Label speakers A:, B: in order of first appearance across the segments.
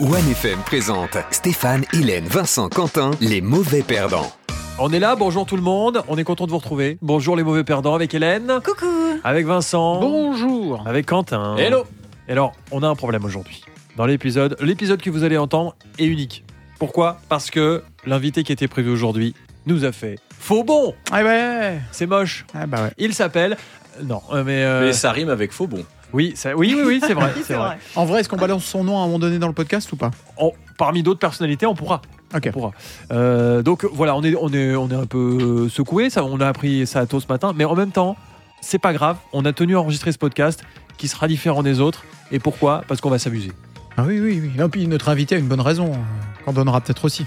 A: OneFM présente Stéphane, Hélène, Vincent, Quentin, les mauvais perdants.
B: On est là, bonjour tout le monde, on est content de vous retrouver. Bonjour les mauvais perdants avec Hélène,
C: Coucou
B: avec Vincent,
D: Bonjour.
B: avec Quentin.
D: Hello.
B: Et alors, on a un problème aujourd'hui. Dans l'épisode, l'épisode que vous allez entendre est unique. Pourquoi Parce que l'invité qui était prévu aujourd'hui nous a fait faux bon.
D: Ah ouais.
B: C'est moche.
D: Ah bah ouais.
B: Il s'appelle non, euh, mais, euh,
E: Mais ça rime avec faux bon.
B: oui, ça- oui, oui, oui, c'est vrai, c'est vrai.
D: En vrai, est-ce qu'on balance son nom à un moment donné dans le podcast ou pas
B: On- parmi d'autres personnalités, on pourra.
D: Ok.
B: On pourra. Euh, donc voilà, on est, on est, on est un peu secoué. Ça, on a appris ça tôt ce matin, mais en même temps, c'est pas grave. On a tenu à enregistrer ce podcast qui sera différent des autres. Et pourquoi Parce qu'on va s'amuser.
D: Ah oui, oui, oui. Et puis notre invité a une bonne raison, euh, qu'on donnera peut-être aussi.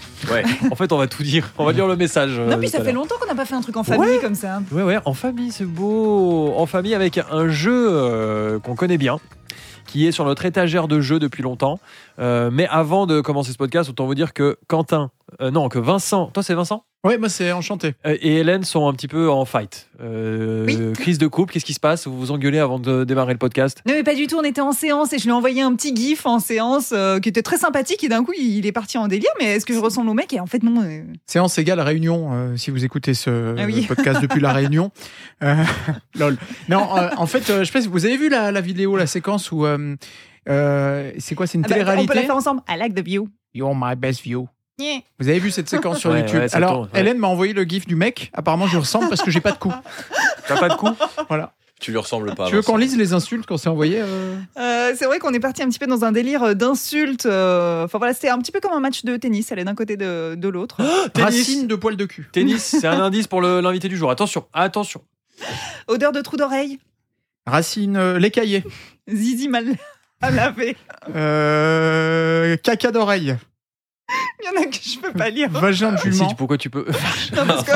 B: En fait, on va tout dire. On va dire le message. euh,
C: Non, puis
B: tout à
C: ça fait
B: l'heure.
C: longtemps qu'on n'a pas fait un truc en famille comme ça.
B: Ouais, ouais, en famille, c'est beau. En famille, avec un jeu euh, qu'on connaît bien, qui est sur notre étagère de jeux depuis longtemps. Euh, mais avant de commencer ce podcast, autant vous dire que Quentin, euh, non, que Vincent, toi c'est Vincent
D: Ouais, moi c'est enchanté.
B: Euh, et Hélène sont un petit peu en fight. Euh, Crise de couple, qu'est-ce qui se passe Vous vous engueulez avant de démarrer le podcast
C: Non, mais pas du tout, on était en séance et je lui ai envoyé un petit gif en séance euh, qui était très sympathique et d'un coup il est parti en délire. Mais est-ce que je ressemble au mec Et en fait, non. euh,
D: Séance égale réunion, euh, si vous écoutez ce
C: Ah oui.
D: podcast depuis la réunion. Euh, lol. Non, euh, en fait, euh, je sais pas si vous avez vu la, la vidéo, la séquence où. euh, euh, c'est quoi C'est une
C: ah bah, on peut la
D: télé-réalité
C: faire ensemble. I like the view.
D: You're my best view.
C: Yeah.
D: Vous avez vu cette séquence sur
B: Ouais,
D: YouTube
B: ouais, ça
D: Alors,
B: tourne, ouais.
D: Hélène m'a envoyé le gif du mec. Apparemment, je ressemble parce que j'ai pas de cou.
B: T'as pas de coup
D: Voilà.
E: Tu lui ressembles pas.
D: tu veux qu'on
E: Vincent.
D: lise les insultes qu'on s'est envoyées euh
C: Euh, c'est vrai qu'on est parti un petit peu dans un délire euh, d'insultes. euh, Enfin voilà, c'était un petit peu comme un match de tennis. Elle est d'un côté de, de l'autre.
D: Racine de poil de cul.
B: Tennis, c'est un indice pour le- l'invité du jour. Attention, attention.
C: Odeur de trou d'oreille.
D: Racine, euh, les cahiers.
C: Zizi mal à laver.
D: Euh, caca d'oreille.
C: Il y en a que je peux pas lire.
D: Vagin de
B: Ah, Si,
D: jument.
B: pourquoi tu peux
C: Non, parce que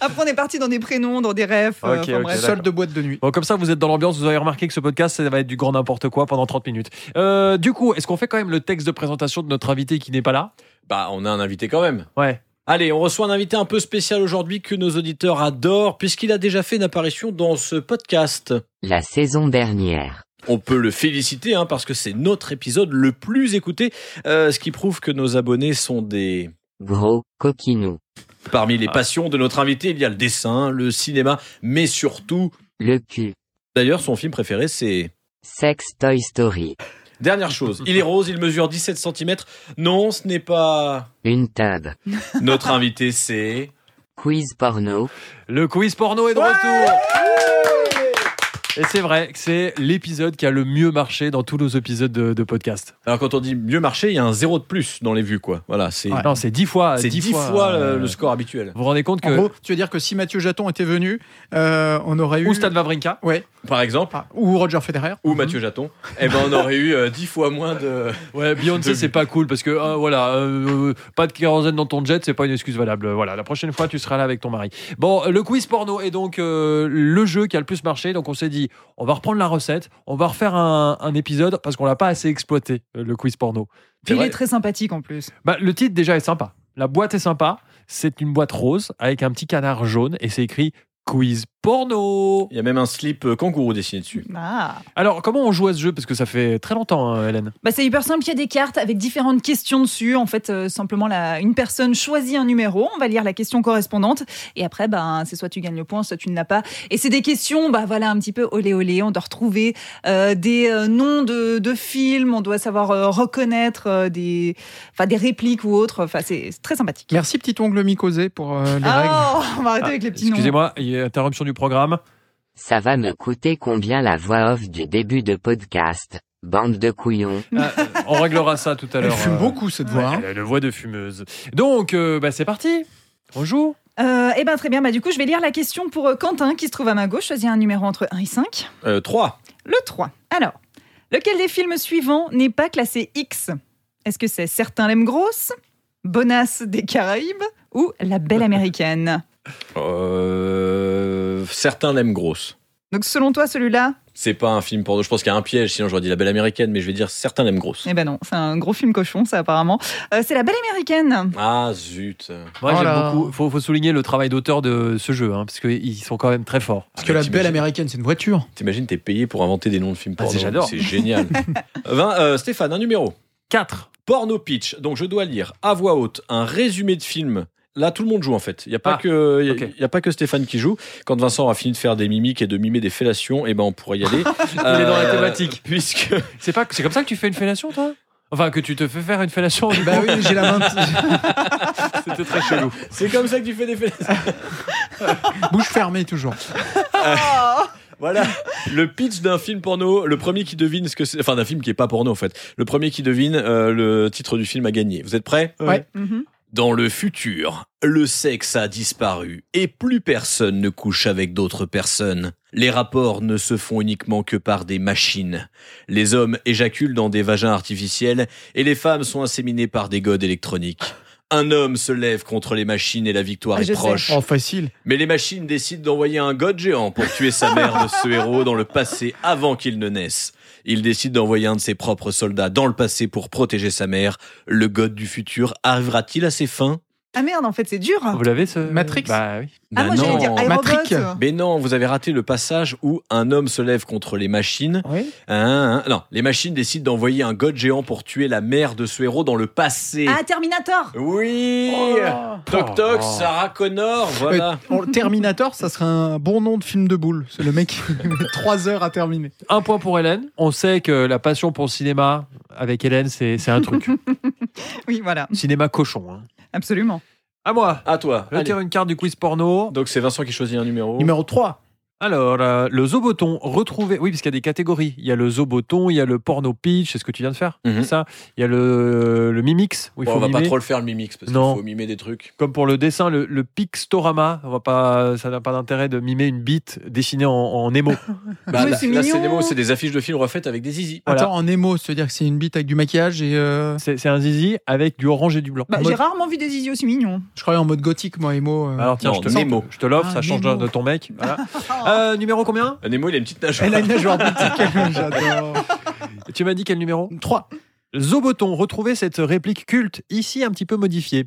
C: après on est parti dans des prénoms, dans des refs. euh,
B: Ok,
C: enfin,
B: ok,
C: bref.
D: Sol de boîte de nuit.
B: Bon, comme ça, vous êtes dans l'ambiance. Vous avez remarqué que ce podcast, ça va être du grand n'importe quoi pendant 30 minutes. Euh, du coup, est-ce qu'on fait quand même le texte de présentation de notre invité qui n'est pas là
E: Bah, on a un invité quand même.
B: Ouais.
E: Allez, on reçoit un invité un peu spécial aujourd'hui que nos auditeurs adorent puisqu'il a déjà fait une apparition dans ce podcast.
F: La saison dernière.
E: On peut le féliciter hein, parce que c'est notre épisode le plus écouté, euh, ce qui prouve que nos abonnés sont des
F: Gros, coquinou.
E: Parmi les
B: Ah.
E: passions de notre invité, il y a le dessin, le cinéma, mais surtout,
F: Le cul.
E: d'ailleurs, son film préféré, c'est...
F: Sex Toy Story.
E: Dernière chose, il est rose, il mesure 17 cm. Non, ce n'est pas...
F: Une table.
E: Notre invité, c'est...
F: Quiz porno.
B: Le quiz porno est de retour Et c'est vrai que c'est l'épisode qui a le mieux marché dans tous nos épisodes de, de podcast.
E: Alors quand on dit mieux marché, il y a un zéro de plus dans les vues, quoi. Voilà, c'est
D: Ouais.
B: Non, c'est 10 fois.
E: c'est
B: dix
E: dix fois, euh,
B: euh,
E: le score habituel.
B: Vous vous rendez compte
D: En
B: que
D: gros, tu veux dire que si Mathieu Jaton était venu, euh, on aurait eu.
B: ou Stan Wawrinka
D: Ouais.
E: Par exemple,
D: Ah, ou Roger Federer.
E: ou Mathieu Jaton, eh ben on aurait eu euh, dix fois moins de.
B: Ouais, Beyoncé,
E: De
B: c'est
E: lui.
B: pas cool parce que euh, voilà, euh, pas de kérosène dans ton jet, c'est pas une excuse valable. Voilà, la prochaine fois, tu seras là avec ton mari. Bon, le quiz porno est donc euh, le jeu qui a le plus marché. Donc, on s'est dit, on va reprendre la recette, on va refaire un, un épisode parce qu'on l'a pas assez exploité, euh, le quiz porno.
C: Puis
E: C'est
C: il
E: vrai.
C: est très sympathique en plus.
B: Bah, le titre, déjà, est sympa. La boîte est sympa. C'est une boîte rose avec un petit canard jaune et c'est écrit quiz porno.
E: Il y a même un slip euh, kangourou dessiné dessus.
C: Ah.
B: Alors, comment on joue à ce jeu Parce que ça fait très longtemps, hein, Hélène.
C: Bah, c'est hyper simple, il y a des cartes avec différentes questions dessus. En fait, euh, simplement, la, une personne choisit un numéro, on va lire la question correspondante, et après, ben, c'est soit tu gagnes le point, soit tu ne l'as pas. Et c'est des questions, bah, voilà, un petit peu olé olé, on doit retrouver euh, des euh, noms de, de films, on doit savoir euh, reconnaître euh, des, enfin, des répliques ou autres, enfin, c'est c'est très sympathique.
D: Merci, petit ongle mycosé, pour euh, les règles.
C: Ah, on va arrêter
B: Ah,
C: avec les petits noms.
B: Excusez-moi, il y a interruption du programme.
F: Ça va me coûter combien la voix off du début de podcast. Bande de couillons.
B: Euh, on réglera ça tout à
D: Elle
B: l'heure.
D: fume
B: euh,
D: beaucoup cette voix. hein.
B: Elle a le voix de fumeuse. Donc, euh, bah, c'est parti. On joue.
C: Euh, eh ben, très bien, bah, du coup, je vais lire la question pour euh, Quentin, qui se trouve à ma gauche, choisis un numéro entre 1 et 5.
E: Euh, 3.
C: Le 3. Alors, lequel des films suivants n'est pas classé X Est-ce que c'est Certains l'aiment grosse Bonasse des Caraïbes ou La Belle Américaine
E: Euh, certains l'aiment grosse.
C: Donc selon toi, celui-là
E: C'est pas un film porno. Je pense qu'il y a un piège, sinon j'aurais dit la belle américaine, mais je vais dire certains l'aiment
D: Mm.
E: grosse.
C: Eh ben non, c'est un gros film cochon, ça apparemment. Euh, c'est La Belle Américaine
E: Ah zut.
B: Moi,
D: Oh là.
B: j'aime beaucoup. Faut, faut souligner le travail d'auteur de ce jeu, hein, parce qu'ils sont quand même très forts.
D: Parce que la belle
E: américaine.
D: américaine, c'est une voiture.
E: T'imagines, t'es payé pour inventer des noms de films
B: Ah,
E: porno.
B: c'est- j'adore.
E: C'est génial. Vingt, euh, Stéphane, un numéro.
B: 4.
E: Porno pitch. Donc je dois lire à voix haute un résumé de film. Là, tout le monde joue en fait. Il n'y a, pas
B: Ah,
E: que- il y a,
B: ok.
E: il y a pas que Stéphane qui joue. Quand Vincent aura fini de faire des mimiques et de mimer des fellations, eh ben, on pourra y aller. Euh,
B: Il est dans la thématique.
E: Puisque.
B: C'est pas, c'est comme ça que tu fais une fellation, toi Enfin, que tu te fais faire une fellation. du
D: Bah
B: coup.
D: oui, mais j'ai la main.
B: C'était très chelou.
E: C'est comme ça que tu fais des fellations.
D: Bouche fermée toujours.
E: Voilà, le pitch d'un film porno, le premier qui devine ce que c'est, enfin d'un film qui est pas porno en fait, le premier qui devine euh, le titre du film a gagné. Vous êtes prêts
D: Ouais.
C: Mhm.
E: Dans le futur, le sexe a disparu et plus personne ne couche avec d'autres personnes. Les rapports ne se font uniquement que par des machines. Les hommes éjaculent dans des vagins artificiels et les femmes sont inséminées par des godes électroniques. Un homme se lève contre les machines et la victoire
C: Ah,
E: est
C: je sais.
E: proche.
D: Oh, facile.
E: Mais les machines décident d'envoyer un god géant pour tuer sa mère de ce héros dans le passé avant qu'il ne naisse. Il décide d'envoyer un de ses propres soldats dans le passé pour protéger sa mère. Le god du futur arrivera-t-il à ses fins
C: Ah merde, en fait, c'est dur.
B: Vous l'avez ce
D: Matrix
B: Bah oui.
C: Ah, moi,
E: Bah
C: j'allais
E: Oh, non.
C: dire iRobot.
D: Matrix.
E: Mais non, vous avez raté le passage où un homme se lève contre les machines.
D: Oui.
E: Hein, hein, non, les machines décident d'envoyer un god géant pour tuer la mère de ce héros dans le passé.
C: Ah, Terminator
E: Oui Toc toc,
B: Oh.
E: Sarah Connor, voilà.
D: Terminator, ça serait un bon nom de film de boule. C'est le mec qui met trois heures à terminer.
B: Un point pour Hélène. On sait que la passion pour le cinéma avec Hélène, c'est c'est un truc.
C: Oui, voilà,
B: cinéma cochon. hein.
C: absolument.
B: À moi.
E: À toi.
B: Je
E: allez.
B: tire une carte du quiz porno.
E: Donc c'est Vincent qui choisit un numéro.
D: Numéro 3.
B: Alors, euh, le zoboton retrouvé. Oui, parce qu'il y a des catégories. Il y a le zoboton, il y a le porno pitch, c'est ce que tu viens de faire.
E: Mhm.
B: Ça. Il y a le, le mimix. Où il
E: Bon,
B: faut
E: on va pas
B: mimer.
E: trop le faire le mimix parce qu'il
B: Non.
E: faut mimer des trucs.
B: Comme pour le dessin, le, le pixtorama, on va pas, ça n'a pas d'intérêt de mimer une bite dessinée en, en émo.
C: Bah, Mais
E: là,
C: c'est
E: là,
C: mignon.
E: c'est des mots, c'est des affiches de films refaites avec des zizi.
B: Voilà.
D: Attends, en émo, c'est-à-dire que c'est une bite avec du maquillage et. euh,
B: C'est c'est un zizi avec du orange et du blanc.
C: Bah,
B: Mode-
C: J'ai rarement vu des idiots aussi mignons.
D: Je croyais en mode gothique, moi, émo. euh.
B: Alors tiens,
E: Non,
B: je te,
E: Nemo.
B: je te l'offre,
D: Ah,
B: ça change de,
D: Nemo.
B: de ton mec. Voilà. Euh, numéro combien
E: Nemo, il a une petite nage.
D: Elle a une nageoire boutique. J'adore.
B: Tu m'as dit quel numéro
D: 3.
B: Zoboton, retrouvez cette réplique culte, ici un petit peu modifiée.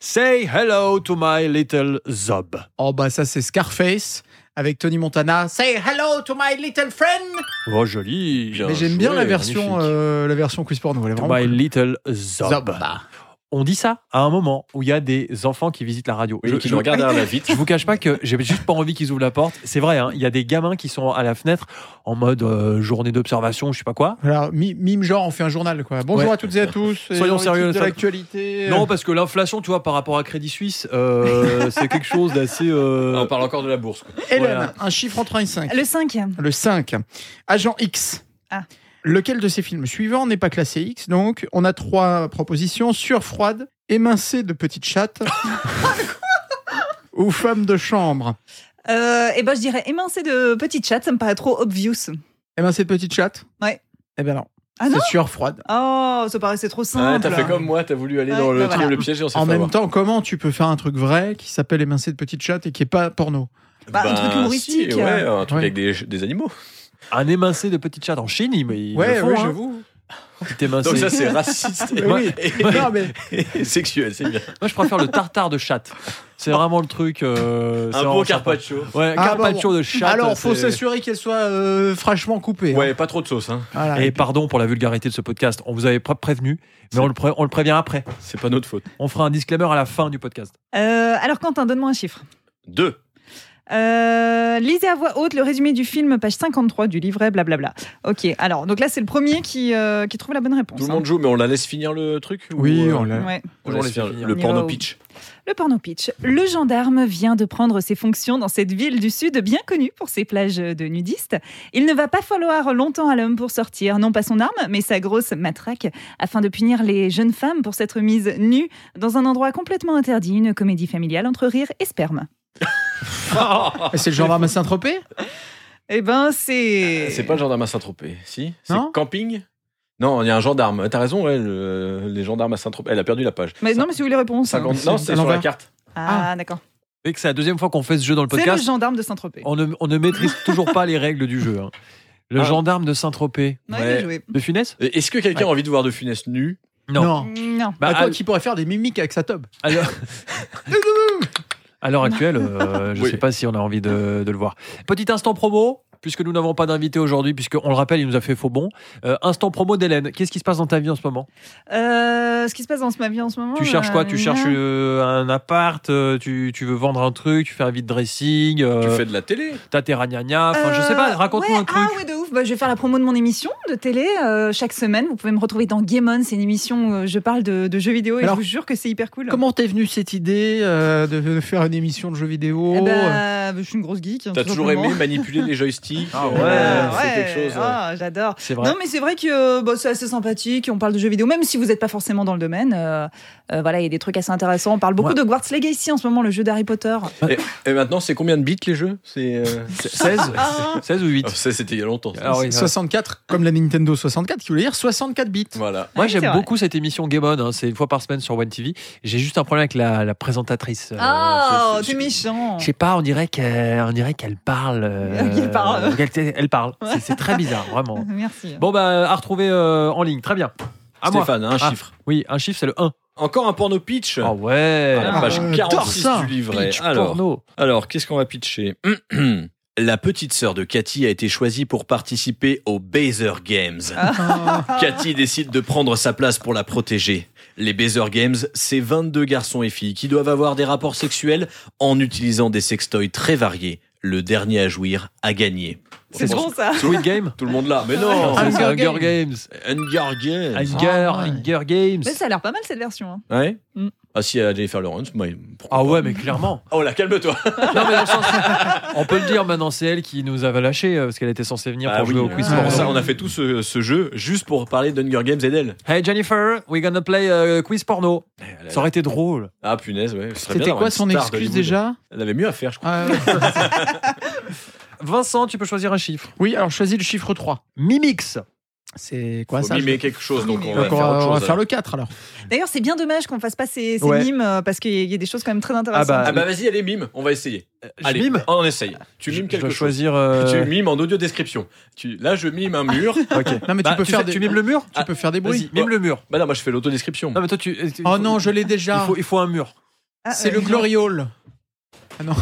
B: Say hello to my little Zob.
D: Oh, bah, ça, c'est Scarface avec Tony Montana. Say hello to my little friend.
B: Oh, joli
E: Bien.
D: Mais j'aime
E: joué,
D: bien la version,
E: magnifique.
D: euh, la version quiz porno. Elle est
B: To
D: vraiment
B: my
D: cool.
B: little Zob.
D: Zaba.
B: On dit ça à un moment où il y a des enfants qui visitent la radio.
E: Oui,
B: euh, Je-
E: qui
B: je-
E: le regarde derrière la vitre.
B: Je vous cache pas que j'ai juste pas envie qu'ils ouvrent la porte. C'est vrai, hein, il y a des gamins qui sont à la fenêtre en mode euh, journée d'observation, je sais pas quoi.
D: Alors, mi- mime genre, on fait un journal. Quoi. Bonjour
B: Ouais.
D: à toutes et à tous. Et
B: Soyons
D: dans les
B: sérieux,
D: titres
B: ça-
D: de
E: Euh.
D: l'actualité.
B: Non, parce que l'inflation, tu vois, par rapport à Crédit Suisse, euh, c'est quelque chose d'assez. euh,
E: Ah, on parle encore de la bourse. quoi.
D: Hélène,
B: bah, voilà.
D: un chiffre entre 1 et 5.
C: Le 5
D: Le 5. Agent X.
C: Ah.
D: Lequel de ces films suivants n'est pas classé X Donc, on a trois propositions surfroide, émincée de petite chatte ou femme de chambre.
C: euh, Eh ben, je dirais émincé de petite chatte, ça me paraît trop obvious.
D: Émincée de petite chatte
C: Ouais.
D: Eh ben non.
C: Ah non
D: C'est surfroide.
C: Oh, ça paraissait trop simple.
E: Ah, t'as fait comme moi, t'as voulu aller
C: Ouais,
E: dans le,
C: bah
E: truc,
C: voilà.
E: le piège et on s'est
D: En
E: fait
D: même
E: avoir.
D: temps, comment tu peux faire un truc vrai qui s'appelle émincée de petite chatte et qui est pas porno
C: Bah, un
E: Ben,
C: truc humoristique,
E: si, ouais,
C: euh.
E: un truc
D: Ouais.
E: avec des, des animaux.
B: Un émincé de petites chattes en Chine, ils, ils le font. hein.
D: j'avoue.
B: Petit émincé.
E: Donc ça, c'est raciste et,
D: Oui.
E: et-
D: Non, mais
E: et sexuel, c'est bien.
B: Moi, je préfère le tartare de chatte. C'est vraiment le truc. euh, c'est
E: Un
B: vraiment
E: bon
B: sympa.
E: carpaccio.
B: Ouais,
D: Ah,
B: carpaccio
D: bah,
B: de chatte.
D: Alors, faut
B: c'est-
D: s'assurer qu'elle soit euh, fraîchement coupée. hein.
E: Ouais, pas trop de sauce, hein.
D: Voilà.
B: Et pardon pour la vulgarité de ce podcast. On vous avait pré- prévenu, mais on le, pré- on le prévient après.
E: C'est pas notre faute.
B: On fera un disclaimer à la fin du podcast.
C: Euh, alors, Quentin, donne-moi un chiffre.
E: Deux.
C: Euh, lisez à voix haute le résumé du film, page 53 du livret, blablabla. Ok, alors, donc là, c'est le premier qui, euh, qui trouve la bonne réponse.
E: Tout le
C: hein.
E: monde joue, mais on la laisse finir le truc ou,
D: Oui,
E: euh,
D: on l'a.
C: Ouais.
E: on laisse
B: On laisse
E: finir
B: finir.
E: le porno
C: Miro.
E: pitch.
C: Le porno pitch. Le gendarme vient de prendre ses fonctions dans cette ville du Sud bien connue pour ses plages de nudistes. Il ne va pas falloir longtemps à l'homme pour sortir, non pas son arme, mais sa grosse matraque, afin de punir les jeunes femmes pour s'être mises nues dans un endroit complètement interdit, une comédie familiale entre rire et sperme.
D: Et C'est le gendarme à Saint-Tropez
C: Eh ben, c'est.
E: Ah, C'est pas le gendarme à Saint-Tropez, si C'est
D: Non
E: camping Non, il y a un gendarme. T'as raison, ouais, le- les gendarmes à Saint-Tropez. Elle a perdu la page.
C: Mais non, mais si vous voulez réponse. hein.
E: 50 Non,
D: à
E: c'est sur la
D: l'envers.
E: carte.
C: Ah, d'accord.
B: Et que c'est la deuxième fois qu'on fait ce jeu dans le
C: C'est le
B: podcast, Oh,
C: gendarme de Saint-Tropez.
B: on ne, on ne maîtrise toujours pas les règles du jeu. hein. Le
E: Ah.
B: gendarme de Saint-Tropez.
C: Ouais,
E: Ouais.
C: bien joué.
B: De Funès
E: Et Est-ce que quelqu'un a envie de voir de Funès nu
B: Non.
C: Non.
B: Bah,
D: Bah, quoi,
B: à-
D: qui pourrait faire des mimiques avec sa tub
B: à l'heure- à l'heure actuelle, euh, je ne
E: Oui.
B: sais pas si on a envie de, de le voir. Petit instant promo. puisque nous n'avons pas d'invité aujourd'hui, puisque on le rappelle, il nous a fait faux bon. Euh, instant promo d'Hélène. Qu'est-ce qui se passe dans ta vie en ce moment
C: Euh, ce qui se passe dans ma vie en ce moment.
B: Tu cherches quoi
C: euh,
B: Tu cherches euh, un appart euh, tu, tu veux vendre un truc Tu fais un vide dressing euh,
E: Tu fais de la télé
B: T'as tes ragnagnas Enfin, je sais pas.
C: Euh,
B: Raconte-moi
C: ouais,
B: un truc.
C: Ah ouais, de ouf. Bah, je vais faire la promo de mon émission de télé euh, chaque semaine. Vous pouvez me retrouver dans Game On. C'est une émission où euh, je parle de, de jeux vidéo et
D: Alors,
C: je vous jure que c'est hyper cool.
D: Comment t'es venue cette idée euh, de, de faire une émission de jeux vidéo
C: Eh
B: Oh.
C: ben,
D: euh,
C: bah, Je suis une grosse geek. hein,
E: T'as
C: tout
E: toujours
C: simplement.
E: aimé manipuler les joysticks
B: Ah ouais,
E: euh,
C: Ah,
E: c'est
C: ouais,
E: quelque chose. euh.
C: ah, J'adore.
B: C'est vrai.
C: Non, mais c'est vrai que euh, bah, c'est assez sympathique. On parle de jeux vidéo, même si vous n'êtes pas forcément dans le domaine. euh, euh, voilà, il y a des trucs assez intéressants. On parle beaucoup
B: Ouais.
C: de Guards Legacy en ce moment, le jeu d'Harry Potter.
E: Et maintenant, c'est combien de bits les jeux C'est euh, c'est-
B: 16 16 ou 8
E: Ah, Ça, c'était il y a longtemps. ça.
B: Ah oui, ouais.
D: 64, comme la Nintendo 64, qui voulait dire 64 bits.
E: Voilà.
B: Moi,
C: Oui, c'est
B: j'aime
C: vrai.
B: beaucoup cette émission Game On. hein. C'est une fois par semaine sur One TV. J'ai juste un problème avec la, la présentatrice. euh,
C: Ah,
B: c'est-
C: t'es
B: c'est-
C: méchant.
B: Je sais pas, on dirait qu'elle, on dirait qu'elle parle. euh,
C: Qu'elle parle.
B: qu'elle- elle parle. C'est- C'est très bizarre, vraiment.
C: Merci.
B: Bon, bah, à retrouver euh, en ligne. Très bien. À moi.
E: Stéphane, un
B: Ah.
E: chiffre.
B: Oui, un chiffre, c'est le 1.
E: Encore un porno pitch
B: Ah ouais.
E: À la
D: Ah,
E: page
D: j'adore
E: 46
D: ça.
E: du livret.
B: Pitch
E: Alors,
B: porno.
E: Alors, qu'est-ce qu'on va pitcher La petite sœur de Cathy a été choisie pour participer aux Baser Games.
C: Ah.
E: Cathy décide de prendre sa place pour la protéger. Les Baser Games, c'est 22 garçons et filles qui doivent avoir des rapports sexuels en utilisant des sextoys très variés. Le dernier à jouir a gagné.
C: C'est
E: Je pense
C: bon ça. Ah.
E: que
B: Sweet Game.
E: Tout le monde là. Mais non
B: C'est- c'est
D: Hunger
B: Hunger Games.
E: Hunger Games
B: Hunger,
D: Ah ouais.
B: Hunger Games.
C: Mais ça a l'air pas mal cette version. hein.
E: Ouais
C: Mm.
E: Ah si, à Jennifer Lawrence, moi, pourquoi
B: Ah
E: pas.
B: ouais, mais clairement.
E: Oh là, calme-toi
B: Non, mais dans le sens- on peut le dire maintenant, c'est elle qui nous avait lâché euh, parce qu'elle était censée venir
E: Ah
B: pour
E: oui,
B: jouer au quiz.
E: c'est pour
B: porno.
E: ça on a fait tout ce, ce jeu juste pour parler d'Hunger Games et d'elle.
B: Hey Jennifer, we're gonna play euh, quiz porno. Ça aurait été drôle.
E: Ah punaise, ouais. ce serait bien
D: C'était
E: d'avoir
D: quoi
E: une
D: son
E: star
D: excuse
E: d'Hollywood.
D: déjà
E: Elle avait mieux à faire, je crois.
D: Euh,
B: Vincent, tu peux choisir un chiffre.
D: Oui, alors je choisis le chiffre 3.
B: Mimix.
D: C'est quoi
E: Faut
D: Ah, ça
E: mimer quelque chose, donc on va
D: Donc on
E: faire
D: va,
E: autre
D: on va
E: chose.
D: faire le 4 alors.
C: D'ailleurs, c'est bien dommage qu'on fasse pas ces, ces
B: Ouais.
C: mimes euh, parce qu'il y a- il y a des choses quand même très intéressantes.
B: Ah
E: Ah bah vas-y, allez, mime, on va essayer.
B: Je
E: Allez,
B: mime
E: on essaye. Tu
B: Je-
E: mimes
B: je
E: quelque
B: dois
E: chose.
B: choisir. euh,
E: Tu mimes en audio description. Tu... Là, je mime un mur.
B: ok.
D: Non, mais
B: Bah,
D: Ah, tu peux faire
B: fais-
D: des. Ah
B: tu mimes le mur
D: tu peux faire des bruits.
B: Vas-y, mime
E: Oh.
B: le mur.
E: bah non, moi je fais l'autodescription.
B: Non, mais toi, tu. euh, tu-
D: Oh
B: faut-
D: non, je l'ai
B: il
D: déjà.
B: faut, il faut un mur.
C: Ah,
D: C'est
C: euh,
D: le Glory Hall. Ah non.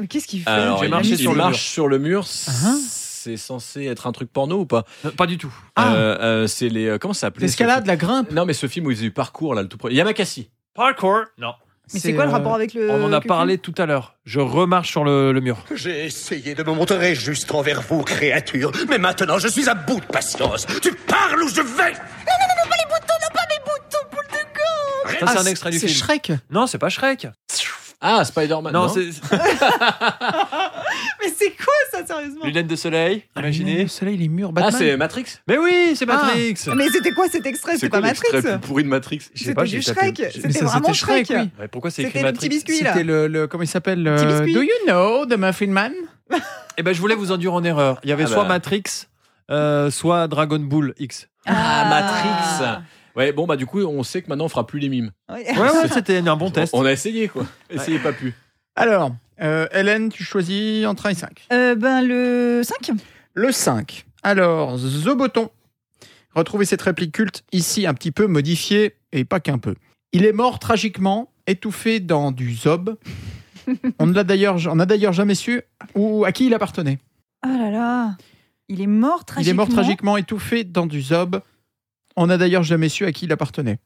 C: mais Qu'est-ce qu'il fait
E: Alors,
B: J'ai
E: il,
B: marché
E: il
B: sur le
E: marche
B: mur.
E: sur le mur.
D: Hein
E: C'est censé être un truc porno ou pas
B: Non, pas du tout.
D: Ah.
E: Euh, euh, C'est les. euh, Comment ça s'appelait ce
D: L'escalade, la grimpe.
E: film Non, mais ce film où ils faisaient du parcours, là, le tout premier. Yamakasi.
B: Parkour Non.
C: Mais c'est quoi le
D: euh,
C: rapport avec le.
B: On en a
C: cucu
B: parlé tout à l'heure. Je remarche sur le, le mur.
G: J'ai essayé de me montrer juste envers vous, créature, mais maintenant je suis à bout de patience. Tu parles ou je vais
B: Ça, Ah, c'est un extrait du
D: Ah, C'est
B: film.
D: Shrek.
B: Non, c'est pas Shrek.
E: Ah, Spider-Man.
B: Non, c'est c'est-
C: Mais c'est quoi ça, sérieusement
B: lunettes de soleil. Imaginez.
D: Le soleil, les murs,
E: Ah,
D: Batman.
E: c'est Matrix
B: Mais oui, c'est Matrix.
C: Mais c'était quoi cet extrait C'était
E: quoi
C: pas Matrix
E: l'extrait plus pourri de Matrix
B: Je sais
C: C'était
B: pas,
C: du
B: j'ai tapé-
C: Shrek.
B: j'ai-
D: Mais
C: C'était
D: ça,
C: vraiment
D: c'était
C: Shrek.
D: Shrek, oui.
B: Ouais, pourquoi c'est écrit
C: C'était le
B: Matrix
C: petit biscuit là.
D: C'était le, le- Comment il s'appelle
C: Petit
D: euh,
C: biscuit.
D: Do you know the Muffin Man
B: Eh ben, je voulais vous induire en erreur. Il y avait
E: Ah
B: soit
E: bah.
B: Matrix, euh, soit Dragon Ball X.
E: Ah, Matrix Ouais, bon, bah du coup, on sait que maintenant on fera plus les mimes.
C: Oui.
B: Ouais, ouais, c'était un bon test.
E: On a essayé, quoi. Essayez pas plus.
D: Alors, euh, Hélène, tu choisis entre 1 et 5.
C: Euh, ben le 5
D: Le 5. Alors, The Botton. Retrouvez cette réplique culte, ici un petit peu modifiée, et pas qu'un peu. Il est mort tragiquement, étouffé dans du zob. on ne l'a d'ailleurs, on n'a d'ailleurs jamais su ou à qui il appartenait.
C: Oh là là Il est mort tragiquement.
D: Il est mort tragiquement, étouffé dans du zob. On n'a d'ailleurs jamais su à qui il appartenait.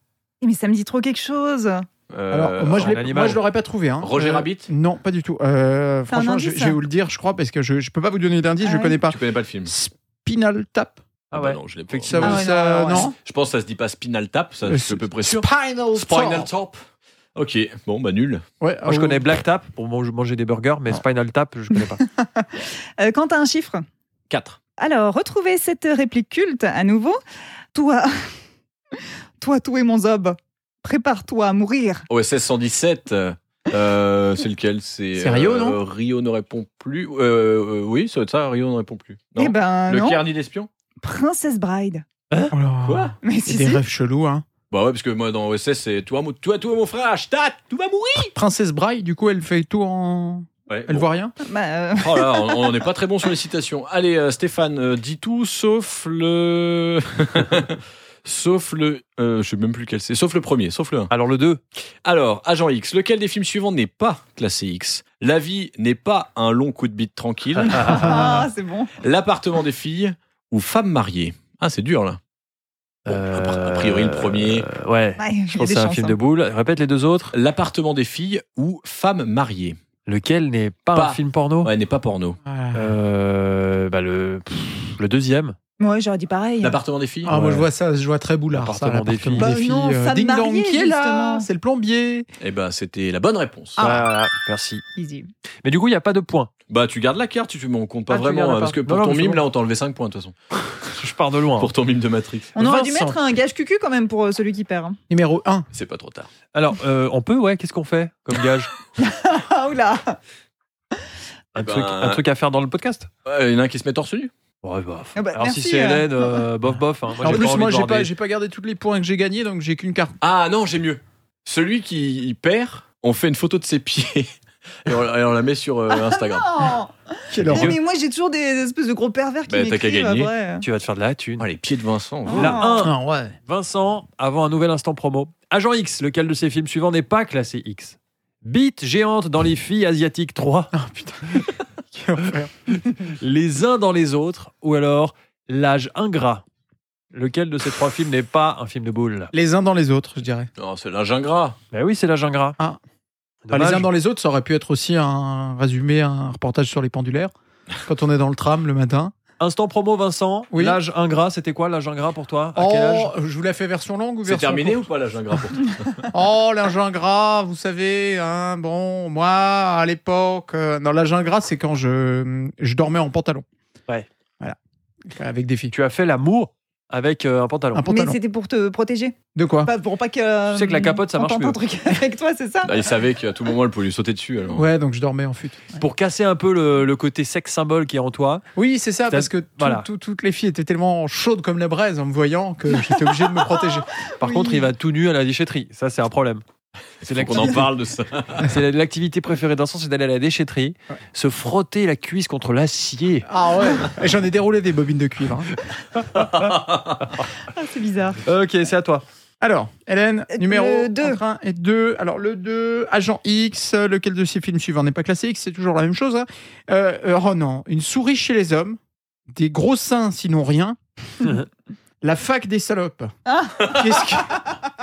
C: Mais ça me dit trop quelque chose.
E: Euh,
D: Alors, moi, je
B: un
D: l'ai-
B: animal.
D: moi, je l'aurais pas trouvé. hein.
E: Roger
D: Euh,
E: Rabbit
D: Non, pas du tout. Euh,
C: T'as un
D: franchement, je
C: indice
D: je vais vous le dire, je crois, parce que je, je peux pas vous donner d'indice,
C: Ah
D: je
C: ouais.
D: connais pas.
E: Tu connais pas le film
D: Spinal Tap.
B: Ah
E: bah
B: ouais.
E: non, je l'ai pas.
D: Ça,
C: Ah
D: vous-
C: ouais,
D: ça-
C: non, non,
D: non,
E: Je pense que ça se dit pas Spinal Tap, ça je
D: Euh,
E: suis à peu près sûr.
D: Spinal,
E: Spinal
D: Tap.
E: Tap Ok, bon, bah nul.
D: Ouais,
B: Moi, je
D: euh,
B: connais Black Tap pour man- manger des burgers, mais Spinal Tap, je connais pas.
C: Euh, quand t'as un chiffre
E: 4.
C: Alors, retrouvez cette réplique culte à nouveau. Toi, toi, tout est mon zob. Prépare-toi à mourir.
E: OSS 117. euh, euh, c'est lequel C'est
D: C'est Rio,
E: euh,
D: non
E: Rio ne répond plus. Euh, euh, oui, ça doit être ça, Rio ne répond plus. Non
C: eh ben
E: le
C: non,
E: carnet d'espion
C: Princesse Bride.
D: oh là.
E: Quoi
C: Mais
D: C'est
C: si,
D: des
C: si.
D: rêves chelous, hein.
E: Bah ouais, parce que moi dans OSS, c'est toi, mon- toi, toi, mon frère, je tâte, tout va mourir
D: Princesse Braille, du coup, elle fait tout en.
E: Ouais,
D: Elle
E: bon.
D: voit rien
C: Bah, euh,
E: Oh là, on n'est pas très bon sur les citations. Allez, euh, Stéphane, euh, dis tout sauf le. Sauf le. euh, je sais même plus lequel c'est. Sauf le premier, sauf le 1.
B: Alors le 2,
E: Alors, Agent X, lequel des films suivants n'est pas classé X La vie n'est pas un long coup de bite tranquille.
C: Ah, c'est bon.
E: L'appartement des filles ou femme mariée Ah, c'est dur là. Bon, a priori, le premier.
B: euh, ouais.
C: Ouais, Bah, il y
B: Je
C: a
B: pense
C: des
B: que c'est un
C: chances,
B: film
C: hein.
B: de boule. Répète les deux autres.
E: L'appartement des filles ou femme mariée
B: Lequel n'est pas,
E: Pas.
B: un film porno
E: Ouais, n'est pas porno.
B: Ah, Euh, bah, le, pff, le deuxième.
C: Ouais, j'aurais dit pareil.
E: L'appartement des filles
D: Ah, moi
B: Ouais.
D: je vois ça, je vois très boulard. Ça,
B: L'appartement des
D: l'appartement
C: filles.
D: des filles.
C: Bah non,
D: euh,
C: femme
D: Ding dong
C: mariée,
D: qui est là
C: justement.
D: C'est le plombier.
E: Eh ben, c'était la bonne réponse.
C: Ah.
B: Voilà, voilà, merci.
C: Easy.
B: Mais du coup, il n'y a pas de points.
E: Bah, tu gardes la carte, tu ne compte pas
B: Ah, tu
E: vraiment.
B: gardes
E: hein,
B: la
E: Parce
B: part.
E: que pour
B: Non, non,
E: ton
B: mais c'est
E: mime,
B: bon.
E: là, on t'enlevait 5 points, de toute façon.
B: Je pars de loin.
E: Pour ton mime de Matrix.
C: On aurait dû
B: Vincent.
C: mettre un gage cucu quand même pour euh, celui qui perd.
D: Numéro 1.
E: C'est pas trop tard.
B: Alors, euh, on peut, ouais, qu'est-ce qu'on fait comme gage
C: Ah, oula
B: un,
E: Eh ben,
B: truc, un truc à faire dans le podcast
E: Ouais, Il y en a un qui se met torse nu
B: Ouais, bof.
C: Ah bah,
B: Alors,
C: merci,
B: si c'est
C: euh.
B: Hélène, euh, bof, bof. hein. Moi,
D: hein. en
B: j'ai
D: plus,
B: pas envie
D: moi,
B: de
D: j'ai
B: voir
D: pas,
B: des-
D: j'ai pas gardé tous les points que j'ai gagnés, donc j'ai qu'une carte.
E: Ah non, j'ai mieux. Celui qui perd, on fait une photo de ses pieds et on, et on la met sur euh, Instagram.
C: Oh
D: Quelle
C: Non,
B: horreur.
C: mais moi j'ai toujours des, des espèces de gros pervers qui
E: Bah, t'as qu'à
C: m'écrivent
E: gagner.
C: après.
B: Tu vas te faire de la thune.
E: Oh, les pieds de Vincent.
C: Oh.
B: La 1,
D: Non, ouais.
B: Vincent, avant un nouvel instant promo. Agent X, lequel de ces films suivants n'est pas classé X Bite géante dans les filles asiatiques 3.
D: Ah,
B: les uns dans les autres. Ou alors L'âge ingrat. Lequel de ces trois films n'est pas un film de boule
D: Les uns dans les autres, je dirais.
E: Non, c'est l'âge ingrat.
B: Ben oui, c'est L'âge ingrat.
D: Ah. Enfin,
B: Dommage.
D: les uns dans les autres, ça aurait pu être aussi un résumé, un reportage sur les pendulaires. Quand on est dans le tram le matin.
B: Instant promo, Vincent.
D: Oui. Oh.
B: L'âge ingrat, c'était quoi l'âge ingrat pour toi À quel âge
D: je vous la fais version longue ou
E: C'est
D: version
E: terminé
D: courte
E: ou pas l'âge ingrat pour toi
D: Oh, l'âge ingrat, vous savez, hein, bon, moi, à l'époque... euh, non, l'âge ingrat, c'est quand je, je dormais en pantalon.
B: Ouais.
D: Voilà. Avec des filles.
B: Tu as fait l'amour avec euh, un pantalon.
D: Un
C: Mais
D: pantalon.
C: c'était pour te protéger.
D: De quoi
C: Pas, pour pas que.
B: Tu sais que la capote, ça
C: on
B: marche
C: tente
B: mieux.
C: un truc avec toi, c'est ça
E: Bah, Il savait qu'à tout moment, elle pouvait lui sauter dessus. Alors.
D: Ouais, donc je dormais en fut.
B: Pour casser un peu le, le côté sexe symbole qui est en toi,
D: Oui, c'est ça,
B: T'as-
D: parce que tout-
B: voilà.
D: tout- toutes les filles étaient tellement chaudes comme la braise en me voyant que j'étais obligé de me protéger.
B: Par
C: Oui.
B: contre, il va tout nu à la déchetterie. Ça, c'est un problème. C'est
E: Faut qu'on en
B: l'activité-
E: parle de ça.
B: c'est l'activité préférée d'un sens, c'est d'aller à la déchetterie, se frotter la cuisse contre l'acier.
D: Ah ouais Et J'en ai déroulé des bobines de cuivre. hein.
C: Ah, c'est bizarre.
B: Ok, c'est à toi.
D: Alors, Hélène, numéro
C: Euh, le deux.
D: 1 et 2. Alors, le 2, Agent X, lequel de ces films suivants n'est pas classique C'est toujours la même chose. hein. Euh, euh, oh non, une souris chez les hommes, des gros seins sinon rien, la fac des salopes.
C: Ah.
D: Qu'est-ce qui-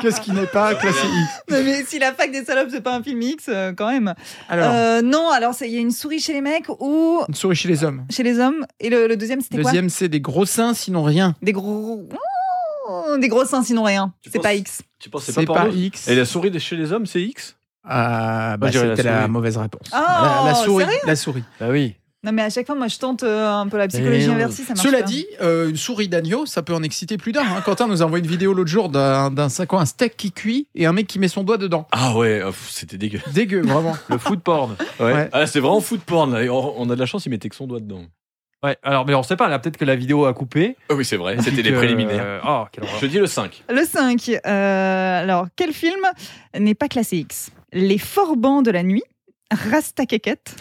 D: qu'est-ce qui n'est pas classé X
C: Non, mais si la fac des salopes, c'est pas un film X, euh, quand même.
D: Alors,
C: Euh, non, alors c'est- il y a une souris chez les mecs ou
D: une souris chez les hommes.
C: chez les hommes. Et le, le deuxième, c'était quoi
D: Deuxième, c'est des gros seins sinon rien.
C: Des gros. Ouh, Des gros seins, sinon rien.
E: Tu
C: C'est
E: penses-
C: pas X.
E: Tu penses
D: C'est pas X.
E: Et la souris de chez les hommes, c'est X
D: Ah, bah,
B: je dirais la
D: c'était la,
B: souris.
D: mauvaise réponse.
C: Oh,
D: Ah, la, la souris,
C: sérieux
D: la souris.
B: Bah oui.
C: Non, mais à chaque fois, moi, je tente euh, un peu la psychologie
B: Et non.
C: inversée, ça marche
D: Eh Cela
C: pas.
D: dit, euh, une souris d'agneau, ça peut en exciter plus d'un. hein. Quentin nous a envoyé une vidéo l'autre jour d'un d'un quoi, un steak qui cuit et un mec qui met son doigt dedans.
E: Ah ouais, euh, pff, c'était dégueu.
D: Dégueu, vraiment.
B: Le food porn.
D: Ouais.
E: Ah, c'est vraiment foot porn. Là. Et On on a de la chance, il mettait que son doigt dedans.
B: Ouais, alors, mais on sait pas, là, peut-être que la vidéo a coupé.
E: Ah oui, c'est vrai,
B: Puis
E: c'était les
B: que-
E: préliminaires.
B: euh, Oh, quelle horreur.
E: Je dis le 5.
C: Le 5. alors, quel film n'est pas classé X Les Forbans de la nuit, Rasta Kékette,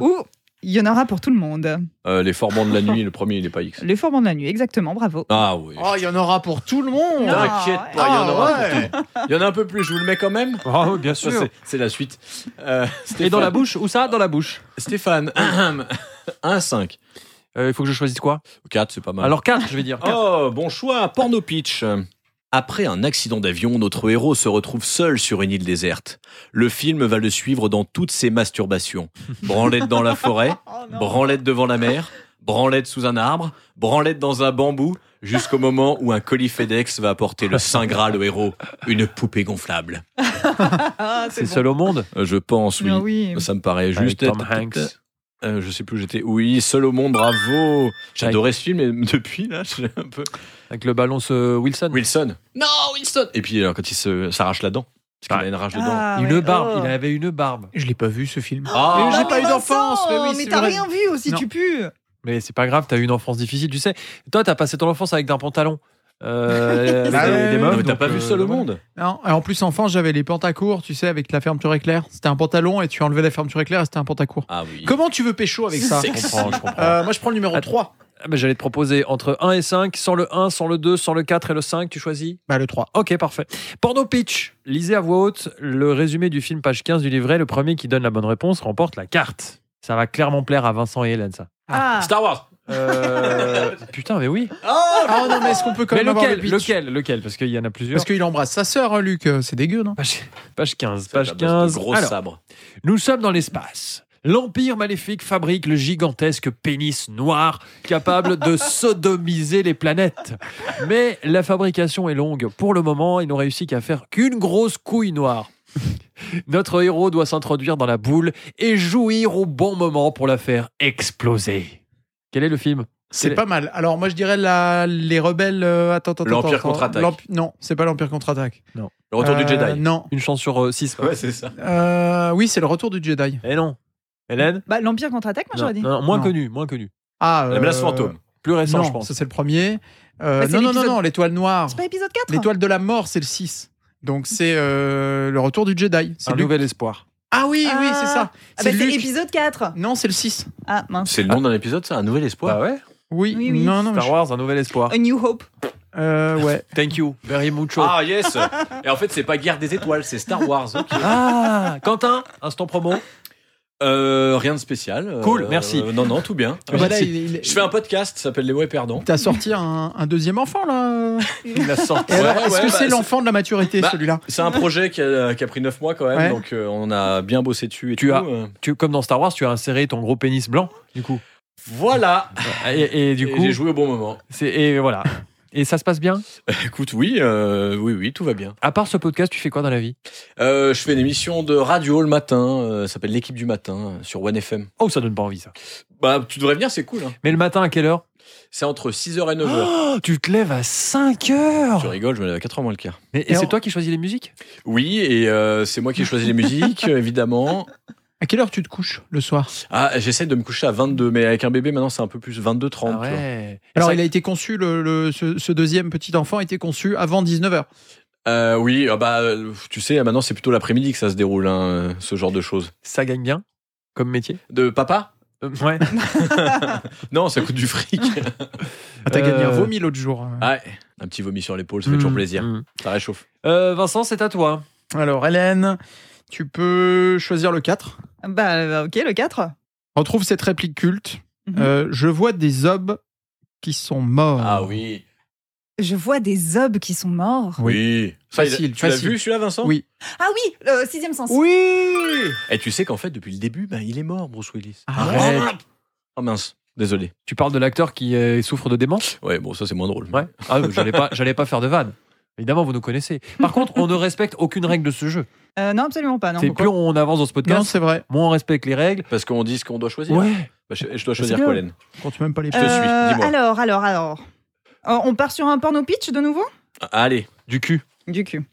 C: ou Il y en aura pour tout le monde.
E: Euh, les forbans de la nuit, le premier, il est pas X.
C: Les Forbans de la nuit, exactement, bravo.
E: Ah oui.
D: Oh, il y en aura pour tout le monde.
C: Non.
E: T'inquiète pas, il y en
D: Ah,
E: aura pour
D: ouais.
E: tout le monde. Il y en a un peu plus, je vous le mets quand même.
B: Oh, bien
E: Ça,
B: sûr.
E: c'est- C'est la suite. Euh,
B: Et dans la
E: Stéphane-
B: bouche Où ça Dans la bouche.
E: Stéphane, 1 5.
B: Euh, Il faut que je choisisse quoi
E: 4, c'est pas mal.
B: Alors 4, je vais dire. Quatre.
E: oh, bon choix, porno pitch. Après un accident d'avion, notre héros se retrouve seul sur une île déserte. Le film va le suivre dans toutes ses masturbations. Branlette dans la forêt,
C: Oh
E: branlette devant la mer, branlette sous un arbre, branlette dans un bambou, jusqu'au moment où un colis FedEx va apporter le Saint Graal au héros, une poupée gonflable.
C: Ah,
B: C'est seul au monde
E: Euh, Je pense, oui.
C: Ah oui.
E: Ça me paraît
B: Avec
E: juste.
B: Tom Hanks.
E: Euh, je sais plus où j'étais. Oui, Seul au monde, bravo. J'adorais ce film et depuis, là, je un peu.
B: Avec le ballon ce Wilson.
E: Wilson. Non, Wilson. Et puis, alors, quand il se- s'arrache la dent, parce qu'il
B: Ouais.
E: a une rage de dent.
C: Ah,
B: Une
C: ouais,
B: barbe.
C: oh.
B: Il avait une barbe.
D: Je l'ai pas vu ce film.
E: Ah,
D: Mais
C: Non,
D: j'ai pas eu d'enfance,
C: Vincent,
D: mais oui, c'est
C: t'as
D: vrai.
C: rien vu aussi,
D: Non.
C: tu pues.
B: Mais c'est pas grave, t'as eu une enfance difficile, tu sais. Toi, t'as passé ton enfance avec d'un pantalon. Euh,
D: Bah
B: des-
D: ouais.
B: des
E: Non,
B: meufs,
E: mais t'as
B: donc,
E: pas
B: euh,
E: vu Seul au
B: voilà.
E: monde
D: Non, et en plus, enfant, j'avais les pantacourts, tu sais, avec la fermeture éclair. C'était un pantalon et tu enlevais la fermeture éclair et c'était un pantacourt.
E: Ah oui.
D: Comment tu veux pécho avec ça
B: Je comprends, je comprends.
D: Euh, Moi, je prends le numéro
B: Attends.
D: 3.
B: Ah ben, J'allais te proposer entre 1 et 5, sans le 1, sans le 2, sans le 4 et le 5, tu choisis
D: Bah, le 3.
B: Ok, parfait. Porno pitch. Lisez à voix haute le résumé du film, page 15 du livret. Le premier qui donne la bonne réponse remporte la carte. Ça va clairement plaire à Vincent et Hélène, ça.
C: Ah,
E: Star Wars.
B: Euh, Putain, mais oui.
C: Oh,
D: Ah non, mais est-ce qu'on peut quand
B: mais
D: même avoir
B: lequel,
D: le pitch
B: lequel, lequel Parce qu'il y en a plusieurs.
D: Parce qu'il embrasse sa sœur, hein, Luc. euh, C'est dégueu, non
B: Page, page 15.
E: C'est à
B: Page
E: base
B: 15.
E: De gros
B: Alors,
E: sabres.
B: nous sommes dans l'espace. L'Empire maléfique fabrique le gigantesque pénis noir capable de sodomiser les planètes. Mais la fabrication est longue. Pour le moment, ils n'ont réussi qu'à faire qu'une grosse couille noire. Notre héros doit s'introduire dans la boule et jouir au bon moment pour la faire exploser. Quel est le film
D: C'est pas mal. Alors, moi, je dirais la... les rebelles. euh, Attends, attends, attends,
E: L'Empire
D: attends.
E: contre-attaque.
D: L'Emp- Non, c'est pas l'Empire contre-attaque.
E: Le retour du
D: Euh,
E: Jedi.
D: Non.
B: Une chance sur 6.
E: Ouais, c'est ça.
D: Euh, oui, c'est le retour du Jedi.
B: Eh non. Hélène
C: bah, l'Empire contre-attaque, moi
B: Non,
C: j'aurais dit.
B: non, non, moins
D: Non.
B: connu, moins connu.
D: Ah,
E: La menace
D: euh,
E: fantôme.
B: Plus récent, je
D: Non,
B: pense.
D: ça c'est le premier. Euh,
C: Bah, c'est
D: non, non, non,
C: l'épisode-
D: non, l'étoile noire.
C: C'est pas épisode 4
D: L'étoile de la mort, c'est le 6. Donc c'est euh, le retour du Jedi. C'est
B: Un
D: Luke.
B: nouvel espoir.
D: Ah oui, oui,
C: Ah.
D: c'est ça.
C: Ah,
D: C'est
C: bah, C'est
D: Luke.
C: épisode 4
D: Non, c'est le 6.
C: Ah mince.
E: C'est le nom d'un épisode, ça Un nouvel espoir
B: Bah ouais.
D: Oui,
C: Oui, oui.
D: non, non. mais
B: Star Wars, un nouvel espoir.
C: A New Hope.
D: je- Euh, ouais.
B: Thank you very much.
E: Ah yes Et en fait, c'est pas Guerre des Étoiles, c'est Star Wars. ok.
B: Ah, Quentin, instant promo.
E: Euh, rien de spécial. euh,
B: Cool, merci.
E: euh, non, non, tout bien.
D: Voilà, Bah il- il-
E: Je fais un podcast, ça s'appelle Les Mois Perdants.
D: T'as sorti un, un deuxième enfant là.
B: Il a sorti.
D: Et alors,
E: ouais,
D: Est-ce que
E: bah,
D: c'est
E: c'est-
D: l'enfant de la maturité
E: Bah,
D: celui-là
E: C'est un projet qui a, qui a pris 9 mois quand même,
D: Ouais.
E: donc euh, on a bien bossé dessus et
B: Tu
E: tout.
B: as-
E: euh.
B: Tu, comme dans Star Wars, tu as inséré ton gros pénis blanc, du coup.
E: Voilà
B: Et, et du
E: Et
B: coup,
E: J'ai joué au bon moment.
B: c'est- et voilà. Et ça se passe bien
E: Écoute, oui, euh, oui, oui, tout va bien.
B: À part ce podcast, tu fais quoi dans la vie
E: Euh, je fais une émission de radio le matin, euh, ça s'appelle L'équipe du matin, euh, sur OneFM.
B: Oh, ça donne pas envie, ça.
E: Bah, tu devrais venir, c'est cool. hein.
B: Mais le matin, à quelle heure
E: C'est entre 6h et 9h.
B: Oh, Tu te lèves à 5
E: tu
B: heures
E: rigoles, je me lève à 4h moins le quart.
B: Mais- Et
D: Alors-
B: c'est toi qui choisis les musiques
E: Oui, et euh, c'est moi qui ai choisi les musiques, euh, évidemment.
D: À quelle heure tu te couches le soir
E: Ah, j'essaie de me coucher à 22, mais avec un bébé, maintenant, c'est un peu plus 22, 30.
B: Ah ouais.
D: Alors
B: Ça-
D: il a été conçu le, le- ce, ce deuxième petit enfant a été conçu avant 19h.
E: Euh, oui, ah bah, euh, tu sais, maintenant, c'est plutôt l'après-midi que ça se déroule, hein, euh, ce genre de choses.
B: Ça gagne bien comme métier
E: De papa
B: Euh, Ouais.
E: Non, ça coûte du fric.
D: Ah, T'as gagné un
B: Euh,
D: vomi l'autre jour. hein.
E: ouais, un petit vomi sur l'épaule, ça fait
B: Mm,
E: toujours plaisir.
B: mm.
E: Ça réchauffe.
B: Euh, Vincent, c'est à toi.
D: ah. Alors Hélène, tu peux choisir le 4.
C: Bah euh, ok, le 4.
D: Retrouve cette réplique culte.
C: Mhm.
D: Euh, je vois des obs qui sont morts.
E: Ah oui.
C: Je vois des obs qui sont morts.
E: Oui. Ça, il-
D: Facile,
E: tu l'as
D: facile.
E: vu, celui-là, Vincent
D: Oui.
C: Ah oui, le sixième sens.
D: Oui
E: Et Eh, tu sais qu'en fait, depuis le début, ben, il est mort, Bruce Willis.
B: Ah.
C: Ah.
D: Arrête.
E: Oh mince, désolé.
B: Tu parles de l'acteur qui euh, souffre de démence
E: Ouais, bon, ça, c'est moins drôle.
B: Ouais. Ah, euh, j'allais pas, j'allais pas faire de vanne. Évidemment, vous nous connaissez. Par contre, on ne respecte aucune règle de ce jeu.
C: Euh, non, absolument pas. Non.
B: C'est plus on avance dans ce
D: Non,
B: podcast,
D: c'est vrai.
B: moins on respecte les règles.
E: Parce qu'on dit ce qu'on doit choisir.
B: Ouais.
E: Bah, je, je dois choisir
B: bien.
E: quoi, Hélène
D: Je compte même pas les
E: te suis,
C: Euh,
E: dis-moi.
C: Alors, alors, alors. Euh, on part sur un porno pitch de nouveau
E: Ah, Allez.
B: Du cul.
C: Du cul.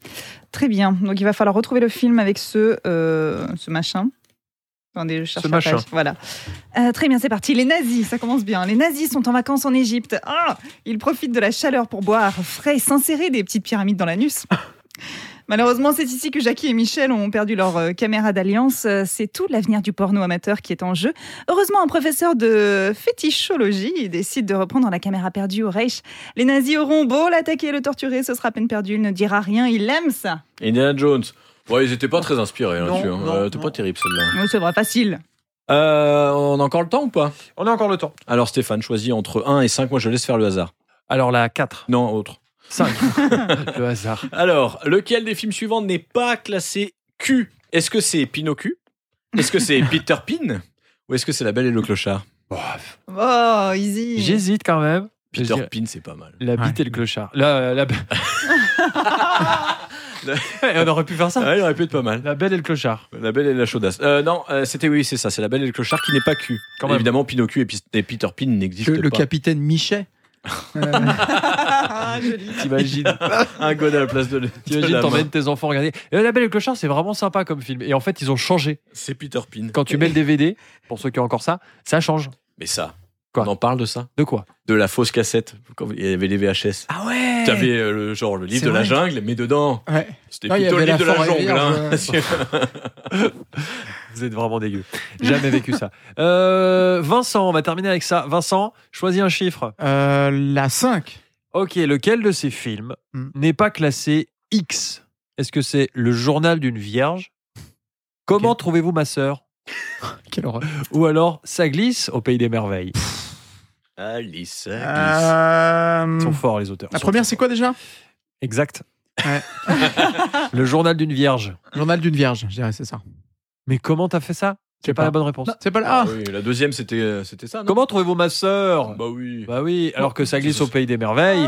C: Très bien. Donc il va falloir retrouver le film avec ce, euh, ce machin. Attendez, je cherche
B: Ce
C: la
B: machin.
C: page. Voilà. Euh, très bien, c'est parti. Les nazis, ça commence bien. Les nazis sont en vacances en Égypte. Ah Ils profitent de la chaleur pour boire, frais, s'insérer des petites pyramides dans l'anus. Malheureusement, c'est ici que Jackie et Michel ont perdu leur euh, caméra d'alliance. Euh, C'est tout l'avenir du porno amateur qui est en jeu. Heureusement, un professeur de fétichologie décide de reprendre la caméra perdue au Reich les nazis auront beau l'attaquer et le torturer, ce sera à peine perdu, il ne dira rien, il aime ça.
E: Indiana Jones. Ouais, ils étaient pas très inspirés
D: Non,
E: là-dessus. hein.
D: non,
E: Euh, T'es
D: non.
E: pas terrible celle-là.
C: Oui, c'est vrai, facile.
E: Euh, on a encore le temps ou pas
B: On a encore le temps.
E: Alors Stéphane, choisis entre 1 et 5. Moi, je laisse faire le hasard.
B: Alors la 4,
E: Non, autre.
B: 5. le hasard.
E: Alors, lequel des films suivants n'est pas classé Q Est-ce que c'est Pinocchio Est-ce que c'est Peter Pin Ou est-ce que c'est La Belle et le Clochard
C: Oh, easy.
B: J'hésite quand même. Je
E: Peter
B: dirais
E: Pin, c'est pas mal.
B: La bite
D: Ouais.
B: et le clochard. La, la... on aurait pu faire ça.
E: Ah, il aurait pu être pas mal.
B: La belle et le clochard.
E: La Belle et la Chaudasse. Euh, non, euh, c'était oui, c'est ça. C'est La Belle et le Clochard qui n'est pas Q.
B: Quand même.
E: Évidemment, Pinocchio et, Pis- et Peter Pin n'existent
D: Le,
E: pas.
D: le capitaine Michet. Euh,
B: T'imagines,
E: Un god à la place de. le- de
B: t'imagines,
E: la main.
B: t'emmènes tes enfants regarder. Euh, La belle et le clochard, c'est vraiment sympa comme film. Et en fait, ils ont changé.
E: C'est Peter Pin.
B: Quand tu mets le DVD, pour ceux qui ont encore ça, ça change.
E: Mais ça.
B: Quoi
E: on en parle de ça
B: De quoi
E: De la fausse cassette. Quand il y avait les VHS.
D: ah ouais
E: Tu avais euh, le, genre le livre
D: C'est
E: de la
D: vrai.
E: jungle, mais dedans,
D: Ouais.
E: c'était
D: Non, il y
E: plutôt le
D: avait
E: livre de
D: la
E: la
D: forêt
E: jungle.
D: vierge,
E: hein.
B: Vous êtes vraiment dégueu. Jamais vécu ça. Euh, Vincent, on va terminer avec ça. Vincent, choisis un chiffre.
D: Euh, la 5.
B: Ok, lequel de ces films
D: Hmm.
B: n'est pas classé X Est-ce que c'est Le journal d'une vierge Comment trouvez-vous ma sœur
D: Quelle horreur.
B: Ou alors Ça glisse au pays des merveilles
E: Alice, ça
B: Ils
E: glisse.
B: sont
D: Euh,
B: forts, les auteurs.
D: La première, c'est quoi déjà
B: Exact.
D: Ouais.
B: le journal d'une vierge.
D: Journal d'une vierge, je dirais, c'est ça.
B: Mais comment t'as fait ça
D: sais
B: C'est pas, la bonne réponse.
D: C'est pas la. Ah,
E: oui, la deuxième, c'était euh, c'était ça, non
B: Comment trouvez-vous ma sœur
E: Bah oui.
B: Bah oui, alors que ça glisse au pays des merveilles.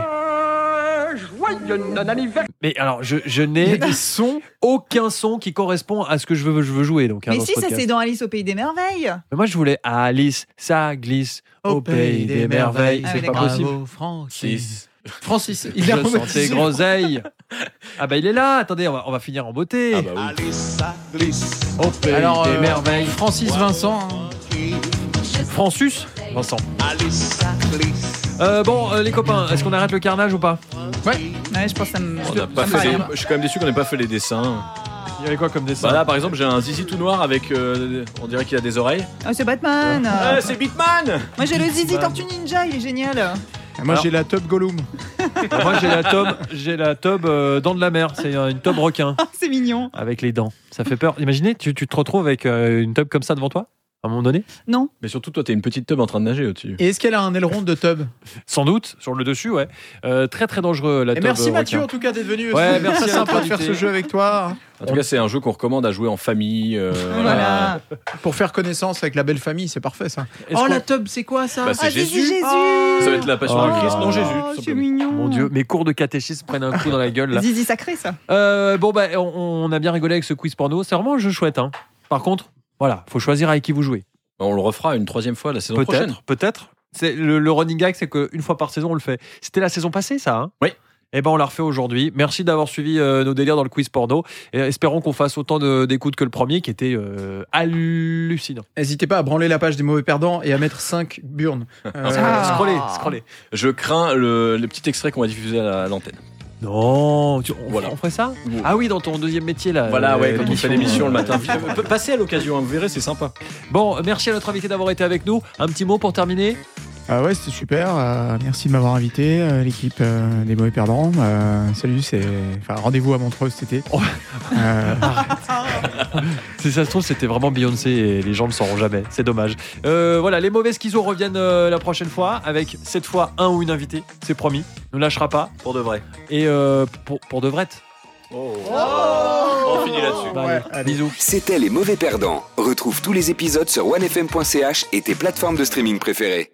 B: Mais alors, je, je n'ai
D: sons.
B: aucun son qui correspond à ce que je veux, je veux jouer. Donc, hein,
C: Mais
B: dans
C: si,
B: ce
C: ça
B: podcast.
C: c'est dans Alice au pays des merveilles.
B: Mais moi, je voulais Alice, ça glisse au pays des merveilles.
C: Ah
B: C'est
C: oui,
B: pas
C: d'accord.
B: possible.
D: Bravo, Francis.
E: Six.
D: Francis, il
B: Je
D: a remis-
B: sentais groseille. Ah bah il est là, attendez, on va, on va finir en beauté.
E: Ah bah oui.
B: Au pays
D: Alors,
B: des
D: euh,
B: merveilles.
D: Francis Vincent. hein.
B: Francis Vincent. Euh, bon, euh, les copains, est-ce qu'on arrête le carnage ou pas
C: Ouais, je pense que ça me.
E: On n'a pas
D: Ça me
E: fait
D: fait
E: les- Je suis quand même déçu qu'on n'ait pas fait les dessins.
B: Il y avait quoi comme dessin
E: Bah là, par exemple, j'ai un zizi tout noir avec. euh, on dirait qu'il a des oreilles.
C: Ah, c'est Batman.
E: Ah, c'est Bitman
C: Moi j'ai le Zizi Tortue Ninja, il est génial.
D: Moi,
B: Alors-
D: j'ai la top Gollum.
B: Bah, Moi j'ai la tobe, j'ai la tobe euh, dents de la mer, c'est euh, une tobe requin
C: Ah, c'est mignon.
B: avec les dents. Ça fait peur. Imaginez, tu, tu te retrouves avec euh, une tobe comme ça devant toi à un moment donné
C: Non.
E: Mais surtout, toi, t'es une petite teub en train de nager au-dessus.
D: Et est-ce qu'elle a un aileron de tub
B: Sans doute, sur le dessus, ouais. Euh, très très dangereux la
D: Et
B: tobe
D: merci
B: requin.
D: Mathieu, en tout cas, d'être venu.
B: Ouais,
D: C'était
B: merci à
D: sympa de
B: l'introduité.
D: faire ce jeu avec toi. hein,
E: En tout cas, c'est un jeu qu'on recommande à jouer en famille. euh,
C: Voilà.
D: Pour faire connaissance avec la belle famille, c'est parfait ça.
B: Est-ce qu'on-
D: tub, c'est quoi ça
E: Bah, c'est
C: Ah, Zizi
E: Jésus.
C: Jésus.
E: Ça va être la passion
B: Oh.
E: de Christ, non Jésus.
C: Oh,
E: tout
C: c'est
E: simplement.
C: mignon.
B: Mon Dieu, mes cours de catéchisme prennent un coup dans la gueule là.
C: Zizi sacré ça.
B: Euh, bon, bah, on, on a bien rigolé avec ce quiz porno. C'est vraiment un jeu chouette. Hein. Par contre, voilà, faut choisir avec qui vous jouez.
E: On le refera une troisième fois la saison prochaine.
B: Peut-être, peut-être. C'est le, le running gag, c'est qu'une fois par saison, on le fait. C'était la saison passée, ça. Hein
E: Oui.
B: Eh ben, on la refait aujourd'hui. Merci d'avoir suivi euh, nos délires dans le quiz porno. Et espérons qu'on fasse autant de- d'écoutes que le premier, qui était euh, hallucinant.
D: N'hésitez pas à branler la page des mauvais perdants et à mettre 5 burnes. Euh,
C: Ah.
B: Scrollez, scrollez.
E: Je crains le, le petit extrait qu'on va diffuser à la- à l'antenne.
B: Non, tu- on,
E: Voilà.
B: on ferait ça
E: Ouais.
B: Ah oui, dans ton deuxième métier, là.
E: Voilà,
B: euh,
E: ouais, quand on fait l'émission le matin.
B: Euh,
E: Passez à l'occasion, hein, vous verrez, c'est sympa.
B: Bon, merci à notre invité d'avoir été avec nous. Un petit mot pour terminer
D: Ah ouais, c'était super. euh, merci de m'avoir invité, euh, l'équipe euh, des mauvais perdants. Euh, salut, c'est. Enfin, rendez-vous à Montreux cet été.
B: Oh.
D: Euh,
B: Si ça se trouve, c'était vraiment Beyoncé et les gens ne sauront jamais. C'est dommage. Euh, voilà, les mauvais schizos reviennent euh, la prochaine fois avec cette fois un ou une invitée. C'est promis. Ne lâchera pas.
E: Pour de vrai.
B: Et euh, pour, pour de vrai.
E: Oh. On finit là-dessus.
D: Ouais, allez.
B: bisous.
A: C'était Les Mauvais Perdants. Retrouve tous les épisodes sur onefm.ch et tes plateformes de streaming préférées.